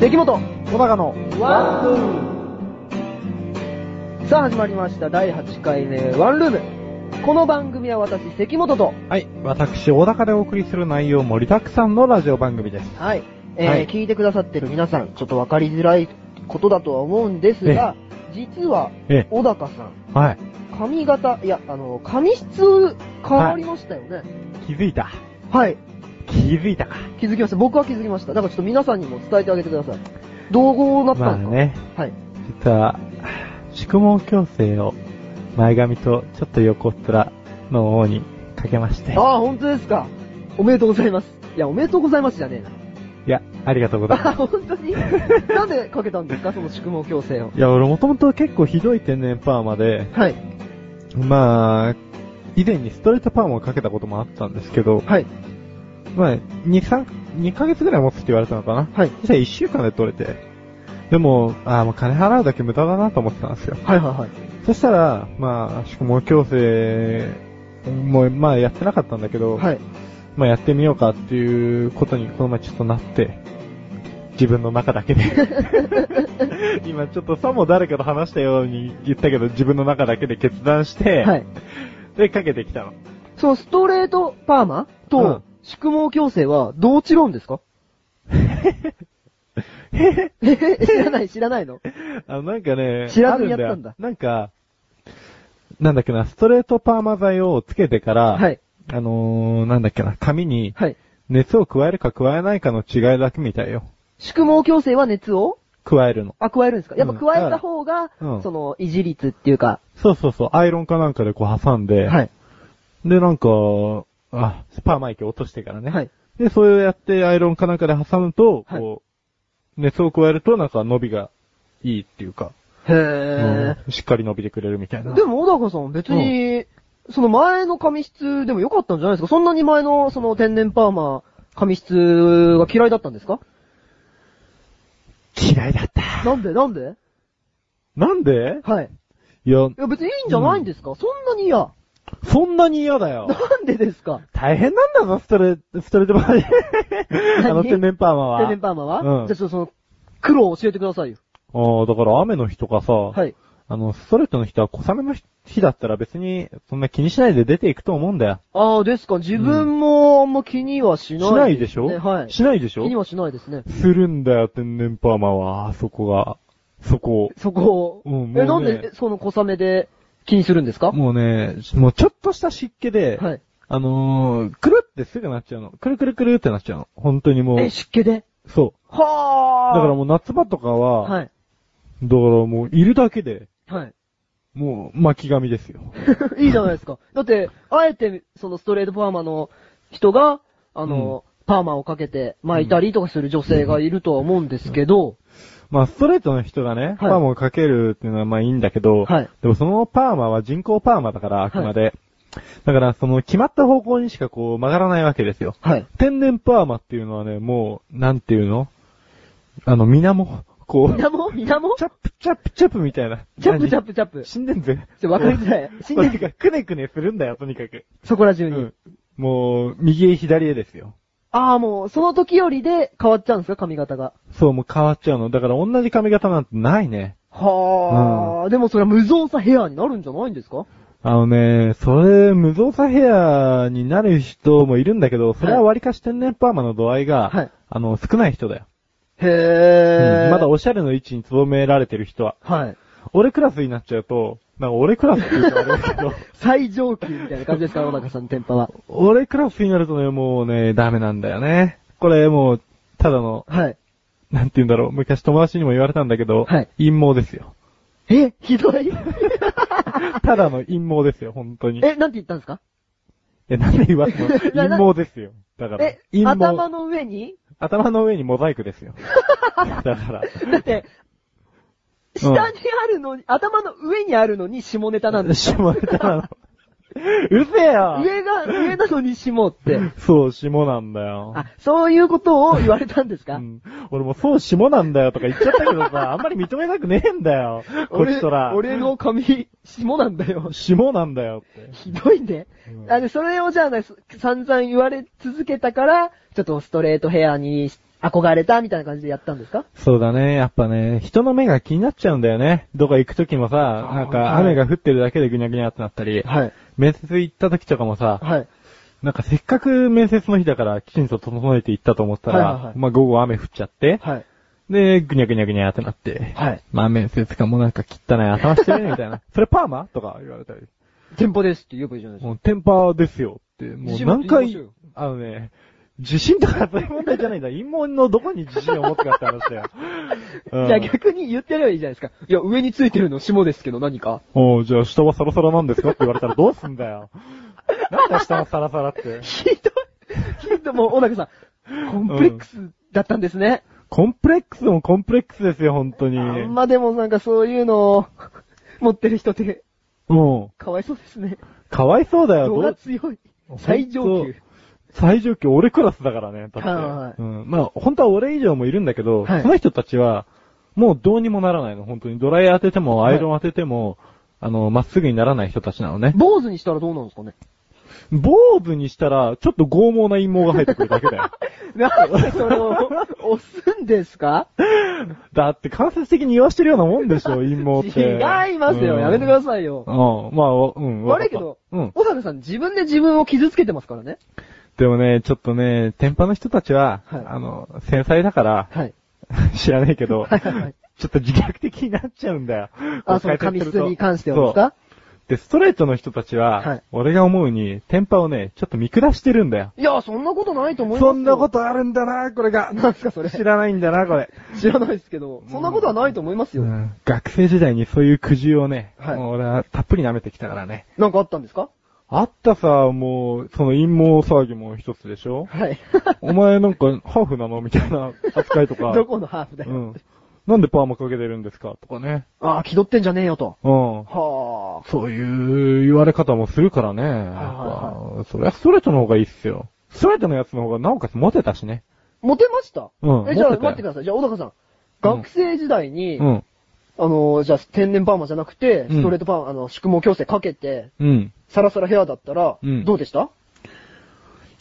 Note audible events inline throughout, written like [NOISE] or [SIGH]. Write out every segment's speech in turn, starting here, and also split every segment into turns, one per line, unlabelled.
関本小高の
ワンルーム
さあ始まりました第8回目ワンルームこの番組は私関本と
はい。私、小高でお送りする内容盛りだくさんのラジオ番組です。
はい、えー
はい
聞いてくださってる皆さんちょっと分かりづらいことだとは思うんですが実は
え
小高さん
はい。
髪型いやあの髪質変わりましたよねはい、
気づいた。気づいたか。
気づきました僕は気づきましただからちょっと皆さんにも伝えてあげてくださいどうなっ
ま
た
あ
んですか、
ね、
はい
実は、宿毛矯正を前髪とちょっと横っ面の方にかけまして。
ああ本当ですかおめでとうございますいやおめでとうございますじゃねえない
や、ありがとうござい
あ、
ま
本当になんでかけたんですかその宿毛矯正
[LAUGHS]
を。
す。いや、俺もともと結構ひどい天然パーマで、
はい。
まあ、以前にストレートパーマをかけたこともあったんですけど、
はい。
まあ、2、3、2ヶ月ぐらい持つって言われたのかな。
はい。
実際1週間で取れて。でも、ああ、もう金払うだけ無駄だなと思ってたんですよ。
はいはいはい。
そしたら、まあ、宿毛矯正も、まあ、やってなかったんだけど、
はい。
まあ、やってみようかっていうことに、この前ちょっとなって、自分の中だ
[LAUGHS]
けで。今、ちょっとさも誰かと話したように言ったけど、自分の中だけで決断して、
はい。
で、かけてきたの。 [LAUGHS]
そのストレートパーマ
う
と
ん
宿毛矯正はどう違うんですかえへ知らない知らないの
あの、なんかね、
知らずに
ある
やったんだ
なんか、なんだっけな、ストレートパーマ剤をつけてから、
はい。
あのー、なんだっけな、髪に
はい。
熱を加えるか加えないかの違いだけみたいよ。
宿毛矯正は熱を
加えるの。
あ、加えるんですかやっぱ
うん
加えた方が、
うん
その、維持率っていうか。
そうそうそう、アイロンかなんかでこう挟んで、
はい。
で、なんか、あ、パーマ液落としてからね。
はい。
で、それをやってアイロンかなんかで挟むと、
はい
こう、熱を加えるとなんか伸びがいいっていうか、
へー。
うんしっかり伸びてくれるみたいな。
でも、小高さん、別に、その前の髪質でも良かったんじゃないですかそんなに前の、その天然パーマ、髪質が嫌いだったんですか
嫌いだった。
なんでなんで
なんで
はい。
いや、
いや、別にいいんじゃないんですか、そんなに嫌。
そんなに嫌だよ。
なんでですか
大変なんだぞ、ストレ、ストレートパーマで。
[LAUGHS]
あの天然パーマは。
天然パーマは、
うん
じゃあ、ちょっとその、苦労を教えてくださいよ。
ああ、だから雨の日とかさ、
はい。
あの、ストレートの人は小雨の日だったら別に、そんな気にしないで出ていくと思うんだよ。
ああ、ですか。自分もあんま気にはしない、
しないでしょ
はい。
しないでし
気
ょ
にはしないですね。
するんだよ、天然パーマは、あそこが。そこ。
そこを。
うんもうね
え、なんで、その小雨で気にするんですか
もうね、もうちょっとした湿気で、
はい。
あのー、くるってすぐなっちゃうの。くるくるくるってなっちゃうの。本当にも
え、
う、
湿気で
そう。
はあ
だからもう夏場とかは、
はい。
だからもういるだけで、
はい。 [LAUGHS]
もう巻き髪ですよ。
いいじゃないですか。だって、あえて、そのストレートパーマの人が、あの、パーマをかけて巻いたりとかする女性がいるとは思うんですけど、
まあ、ストレートの人がね、パーマをかけるっていうのはまあいいんだけど、
はい
でもそのパーマは人工パーマだから、あくまで。だから、その決まった方向にしかこう曲がらないわけですよ。
はい。
天然パーマっていうのはね、もう、なんていうのあの、水も、こう、
みなもみなも
チャップチャップチャップみたいな。
チャップチャッ
プ。
プチャップ。ち
死んでんぜ。
ょ、わかりづらい。死
[LAUGHS]
ん
と
で
に
る
かく、くねくねするんだよ、とにかく。
そこら中
う
に。
ん。もう、右へ左へですよ。
ああ、もう、その時よりで変わっちゃうんですか、髪型が。
そう、もう変わっちゃうの。だから同じ髪型なんてないね。
はあ、でもそれは無造作ヘアになるんじゃないんですか
あのね、それ、無造作ヘアになる人もいるんだけど、それは割かし天然パーマの度合いが、
はい
あの、少ない人だよ、
へ
う
え、
んまだおしゃれの位置につぼめられてる人は。
はい。
俺クラスになっちゃうと、なんか俺クラスって言うとあれだ
[LAUGHS]
けど、
最上級みたいな感じです [LAUGHS] か、小高さんの天パは。
俺クラスになるとね、もうね、ダメなんだよね。これもう、ただの、
はい。
なんて言うんだろう、昔友達にも言われたんだけど、
はい
陰謀ですよ。
え、ひどい。 [LAUGHS]
ただの陰謀ですよ、本当に。
え、なんて言ったんですか
え、なんで言わす
[LAUGHS]
の
な
陰謀ですよ。だから
え、、
陰謀。
頭の上に
頭の上にモザイク
[LAUGHS]
ですよ。だから。
だって、下にあるのに、頭の上にあるのに下ネタなんですよ。
下ネタなの。うせえよ
上が、上なのに下って。
そう、下なんだよ。
あ、そういうことを言われたんですか、
うん、俺もそう、下なんだよとか言っちゃったけど
[LAUGHS]
さ、あんまり認めたくねえんだよ。こ
俺
っちとら。
俺の髪、下なんだよ。
下なんだよって。
ひどいね。
うん
あの、それをじゃあね、す散々言われ続けたから、ちょっとストレートヘアにし憧れたみたいな感じでやったんですか
そうだね。やっぱね、人の目が気になっちゃうんだよね。どこ行く時もさ、
ー
なんか
はい
雨が降ってるだけでぐにゃぐにゃってなったり、
はい。
面接行った時とかもさ、
はい。
なんかせっかく面接の日だからきちんと整えて行ったと思ったら、
はいはいはい
まあ午後雨降っちゃって、
はい。
で、ぐにゃぐにゃぐにゃってなって、
はい。
まあ面接官もなんか汚い頭してるねみたい
[LAUGHS]
な。それパーマとか言われたり。
店舗ですって言えばいいじゃないですか。
もうテンパーですよって、もう何
自信持って言いまし
回
ょうよ、
あのね、自信とかそういう問題じゃないんだ。陰謀のどこに自信を持つかって話だ
[LAUGHS]
よ。うん
じゃあ逆に言ってやればいいじゃないですか。いや、上についてるの下ですけど何か。
おうじゃあ下はサラサラなんですかって言われたらどうすんだよ。なんだ下はサラサラ
[LAUGHS]
って。
ひどい。ひどい。もう、小高さん、コンプレックスだったんですね。
コンプレックスもコンプレックスですよ、本当に。
あんまでもなんかそういうのを持ってる人って、
うん。
かわいそうですね。
かわいそうだよ、
度
ど
が
う
強い。最上級。
最上級、俺クラスだからね、だって。
はい
うん。まあ、本当は俺以上もいるんだけど、
はい
その人たちは、もうどうにもならないの、本当に。ドライヤー当てても、アイロン当てても、あの、まっすぐにならない人たちなのね。
坊主にしたらどうなんですかね。
坊主にしたら、ちょっと剛毛な陰謀が入ってくるだけだ
[LAUGHS]
よ。
なんでそれを押すんですか
だって間接的に言わしてるようなもんでしょ、陰謀って。
違いますよ。
うん
やめてくださいよ。
うん、まあ、おうん。わか
悪
っ
いけ
た
ど、
うん。
小高さん自分で自分を傷つけてますからね。
でもね、ちょっとね、天パの人たちは、
はい
あの、繊細だから、
はい。
[LAUGHS] 知らないけど、
はいはいはい
ちょっと自虐的になっちゃうんだよ。
あ、その
こう
髪
解説
質
すると
に関してはです
そう
か
で、ストレートの人たちは、
はい
俺が思うに、天パをね、ちょっと見下してるんだよ。
いや、そんなことないと思いますよ。
そんなことあるんだな、これが。
なんすかそれ
知らないんだな、これ。
知らないですけど、そんなことはないと思いますよ。
うん学生時代にそういう苦渋をね、
はい
もう俺はたっぷり舐めてきたからね。
なんかあったんですか
あったさ、もう、その陰謀騒ぎも一つでしょ
はい。
お前なんかハーフなのみたいな扱いと [LAUGHS] か。
[LAUGHS] どこのハーフだよ。
うん。なんでパーマかけてるんですかとかね。
ああ、気取ってんじゃねえよと。
うん。
は
そういう言われ方もするからね。
は
やっぱそりゃストレートの方がいいっすよ。ストレートのやつの方がなおかつモテたしね。
あ。モテました
うん
え、じゃあ
モテたよ
待ってください。じゃあ、小高さん。学生時代に、
うん。
あのー、じゃあ、天然パーマじゃなくて、
うん
ストレートパーマ、あの、宿毛矯正かけて、
うん。
サラサラヘアだったら、
うん
どうでした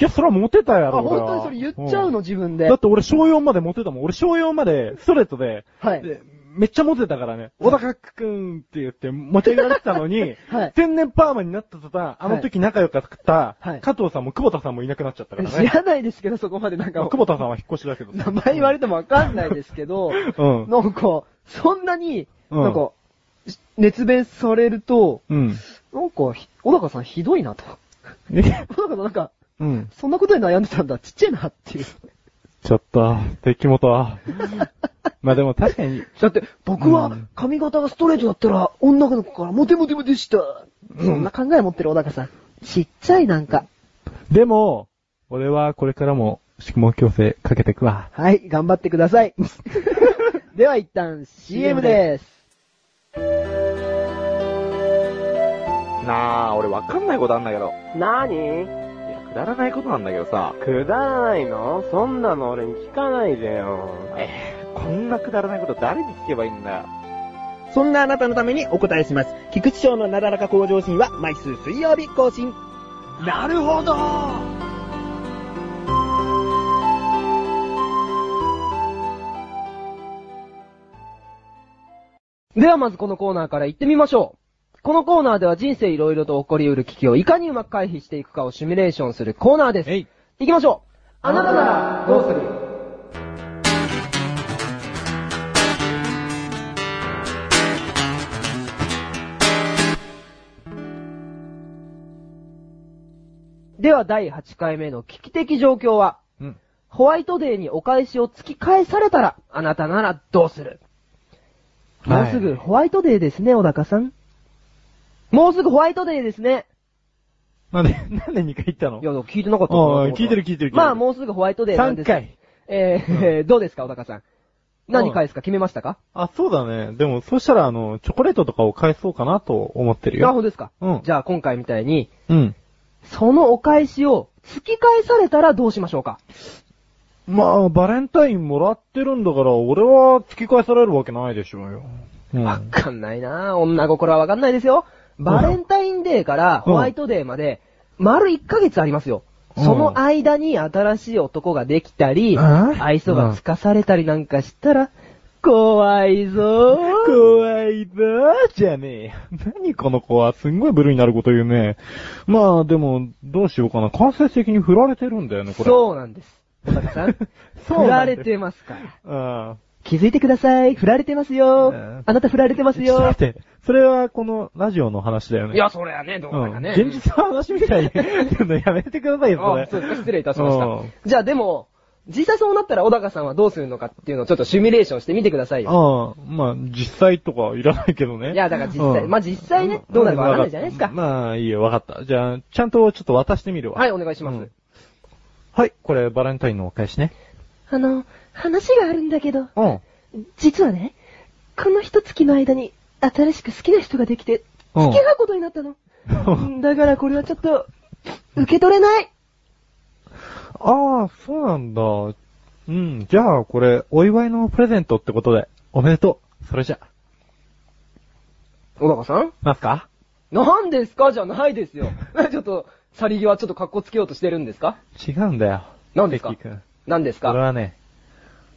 いや、そりゃモテたや
あ、
ろ。俺
本
は
当にそれ言っちゃうの、自分
うん
で
だっ。て俺小4までモテたもん。俺小4までストレートで、
はい。
でめっちゃモテたからね。小高くんって言って持ち上げられてたのに、
[LAUGHS] はい
天然パーマになった途端、あの時仲良かった、
はい
加藤さんも久保田さんもいなくなっちゃったから
知
ね。
ら [LAUGHS] ないですけど、そこまでな
[LAUGHS]
ん
まあ
か
久、保田さんは引っ越しだけど。
名前言われてもわかんないです
[LAUGHS]
けど、
うん。
なんか、そんなに、
うん
なんか、し熱弁されると、
うん。
なんかひ、小高さんひどいなと。
え
小高さんなんか、
うん。
そんなことに悩んでたんだ、ちっちゃいなっていう。
ちょっと、敵元
[LAUGHS]
は。まあでも確かに、
だって、僕
う
は
ん
髪型がストレートだったら、女の子からモテモテモテした。そんな考え持ってる小高さん。ちっちゃいなんか。
でも、俺はこれからも宿毛矯正かけてくわ。
はい、頑張ってく
[LAUGHS]
ださい。では一旦 CM です。
なあ、俺わかんないことあんだけど。
なに
いや、くだらないことなんだけどさ。
くだらないのそんなの俺に聞かないでよ。
こんなくだらないこと誰に聞けばいいんだよ。
そんなあなたのためにお答えします。菊池賞のなだらか向上心は毎週水曜日更新。
なるほどではまずこのコーナーから行ってみましょう。このコーナーでは人生いろいろと起こり得る危機をいかにうまく回避していくかをシミュレーションするコーナーです。
えい。
行きましょうあなたならどうするでは第8回目の危機的状況は、
うん。
ホワイトデーにお返しを突き返されたら、あなたならどうする、
はい
もうすぐホワイトデーですね、小高さん。もうすぐホワイトデーですね。
なんで、なんで2回言ったの
いや、聞いてなかったかなと
お
思
い
った
聞いてる聞いてる聞いてる。
まあ、もうすぐホワイトデーなんで
3
す
回。
えーどうですか、小高さん。何返すか決めましたか
あ、そうだね。でも、そしたら、あの、チョコレートとかを返そうかなと思ってる
あ、
よ。
本当ですか、
うん
じゃあ今回みたいに、
うん。
そのお返しを突き返されたらどうしましょうか
まあ、バレンタインもらってるんだから、俺は突き返されるわけないでしょうよ。うん。
わかんないなぁ女心はわかんないですよ。バレンタインデーからホワイトデーまで、丸1ヶ月ありますよ。その間に新しい男ができたり、
うん
愛想がつかされたりなんかしたら、怖いぞー。
怖いぞーじゃねえよ。何この子は、すんごいブルーになること言うね。まあ、でも、どうしようかな。間接的に振られてるんだよね、これ。
そうなんです。小高さん。
そう
振
な
ら
んです
れてますから。
うん。
気づいてください。振られてますよ
うん
ー。あなた振られてます
ちょっと
よ
待って、それはこのラジオの話だよね。
ー。い、や、それはね、どう
う
だか
ん。
ね。
現実の話みたいに言うのやめてくださいよ、そ
あ
れ。
そうですか、失礼いたし
う
ま
ん
した。じゃあでも、実際そうなったら小高さんはどうするのかっていうのをちょっとシミュレーションしてみてくださいよ。
ああ、まあ、実際とかはいらないけどね。
いや、だから実際、
うん
まあ実際ね、どうなるかわかんないじゃないですか。
まあ、いいよ、わかった。じゃあ、ちゃんとちょっと渡してみるわ。
はい、お願いします。
うんはい、これバレンタインのお返しね。
あの、話があるんだけど、
うん。
実はね、この一月の間に新しく好きな人ができて、
うん
付き合うことになったの。だからこれはちょっと、受け取れない。
ああ、そうなんだ。うん、じゃあ、これ、お祝いのプレゼントってことで、おめでとう。それじゃ、
小高さん
ますか
なんですかじゃないですよ。 [LAUGHS] ちょっと、去り際ちょっと格好つけようとしてるんですか
違うんだよ。
何ですか
ベッキー君
何です
俺
か
はね、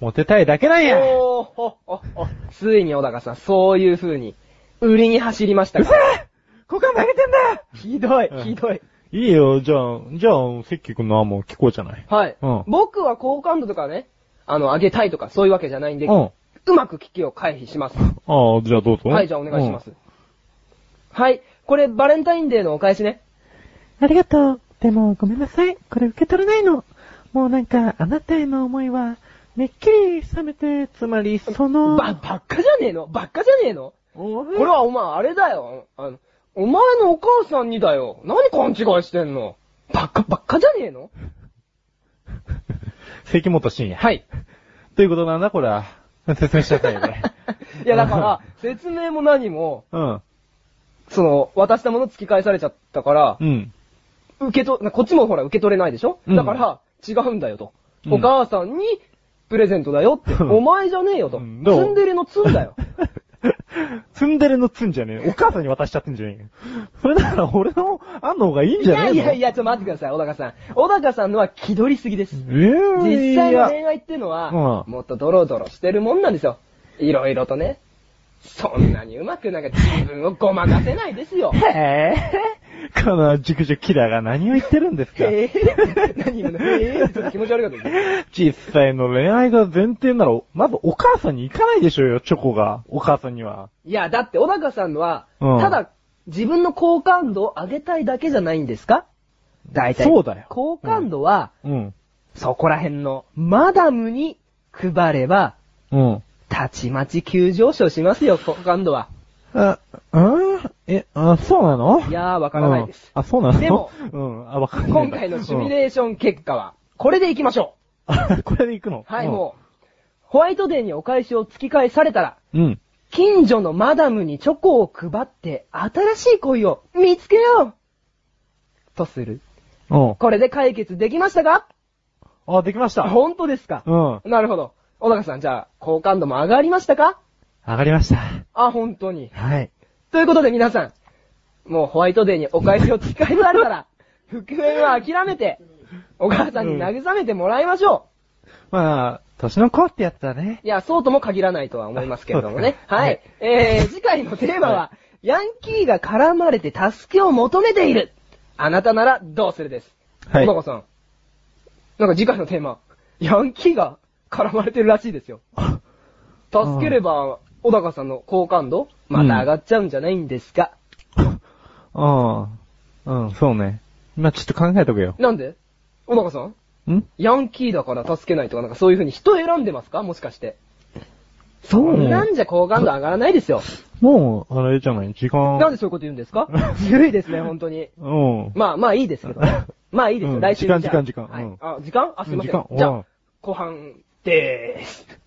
モテたいだけなんや
おーほっほっほついに小高さん、そういう風に、売りに走りましたから。
股間投げてんだよ
ひどい
うん、
ひどい。
いいよ、じゃあ、じゃあ、セッキー君の案も聞こうじゃない。
はい。
うん
僕は好感度とかね、あの、上げたいとかそういうわけじゃないんで、
うん。
うまく危機を回避します。
ああ、じゃあどうぞ。
はい、じゃあお願いします。はい、これバレンタインデーのお返しね。
ありがとう。でも、ごめんなさい。これ受け取れないの。もうなんか、あなたへの思いは、めっきり冷めて、つまり、その、
ば、ばっかじゃねえのばっかじゃねえの
お
これはお前あれだよ。あの、お前のお母さんにだよ。何勘違いしてんのばっかばっかじゃねえの
関本信也。
はい。
ということなんだ、これは。説明しちゃったよ、これ。
[LAUGHS] いやだから、 [LAUGHS] 説明も何も、
[LAUGHS] うん。
その、渡したもの突き返されちゃったから
う、ん。
受けと、こっちもほら受け取れないでしょ、
うん
だから、違うんだよと。
うん
お母さんに、プレゼントだよって。
うん
お前じゃねえよと。
う
ツ
ん
ン
でも
デレのツンだよ。
ツンデレのツンじゃねえ。お母さんに渡しちゃってんじゃねえよ。それなら俺の案の方がいいん
[LAUGHS] い
じゃねえ
や
の
いやいや、ちょっと待ってください、小高さん。小高さんのは気取りすぎです。
えー
実際の恋愛っての
いや
は、
うん
もっとドロドロしてるもんなんですよ。いろいろとね。そんなにうまくなんか自分をごまかせない
[LAUGHS]
ですよ。
へえこのジュクジュキラーが何を言ってるんですか
へぇ [LAUGHS] 何今の、へぇちょっと気持ち悪かったです。
実際の恋愛が前提なら、まずお母さんに行かないでしょうよ、チョコが。お母さんには。
いや、だって小高さんのは、
うん
ただ自分の好感度を上げたいだけじゃないんですか大体。
そうだよ
好感度は、
うん。
そこら辺のマダムに配れば、
うん。
たちまち急上昇しますよ、好感度は。
あ、あえ、あ、そうなの
いやー、わからないです。
うんあ、そうなの
でも、
[LAUGHS] うん、あ、わかんない。
今回のシミュレーション結果は、これでいきましょ
うん。あこれで行くの
う。はい、もう、ホワイトデーにお返しを突き返されたら、
うん。うん。
近所のマダムにチョコを配って、新しい恋を見つけようとする。
うん。
これで解決できましたか
あ、できました。うん。
本当ですか
上
なるほど。小高さん、じゃあ、好感度も上がりましたか
がりました。
あ、本当に。
はい。
ということで皆さん、もうホワイトデーにお返しを使いされた [LAUGHS] ら、復縁は諦めて、お母さんに慰めてもらいましょ
まあ、年の子ってやつだね。
う。いや、そうとも限らないとは思いますけれども [LAUGHS] ね。
あそう
はい。えー、次回のテーマは、ヤンキーが絡まれて助けを求めている。あなたならどうするです。
はい
小。高さん。なんか次回のテーマ、ヤンキーが絡まれてるらしいですよ。助ければ、小高さんの好感度、また上がっちゃうんじゃないんですか。
[LAUGHS] ああ。うん、そうね。まあ、ちょっと考えとくよ。
なんで小高さん
ん
ヤンキーだから助けないとか、なんかそういう風に人選んでますかもしかして。そんなんじゃ好感度上がらないですよ。
もう、あれじゃない時間。
なんでそういうこと言うんですか [LAUGHS] ずるいですね、本当に。
うん。
まあまあいいですけ
[LAUGHS]
どね。まあいいです
う
よ、
ん
来週にじゃあ
時間時間時間
はい
うん
あ、時間あ、すいませ
時
ん
間。
じゃ
うん
あ、後半でーす。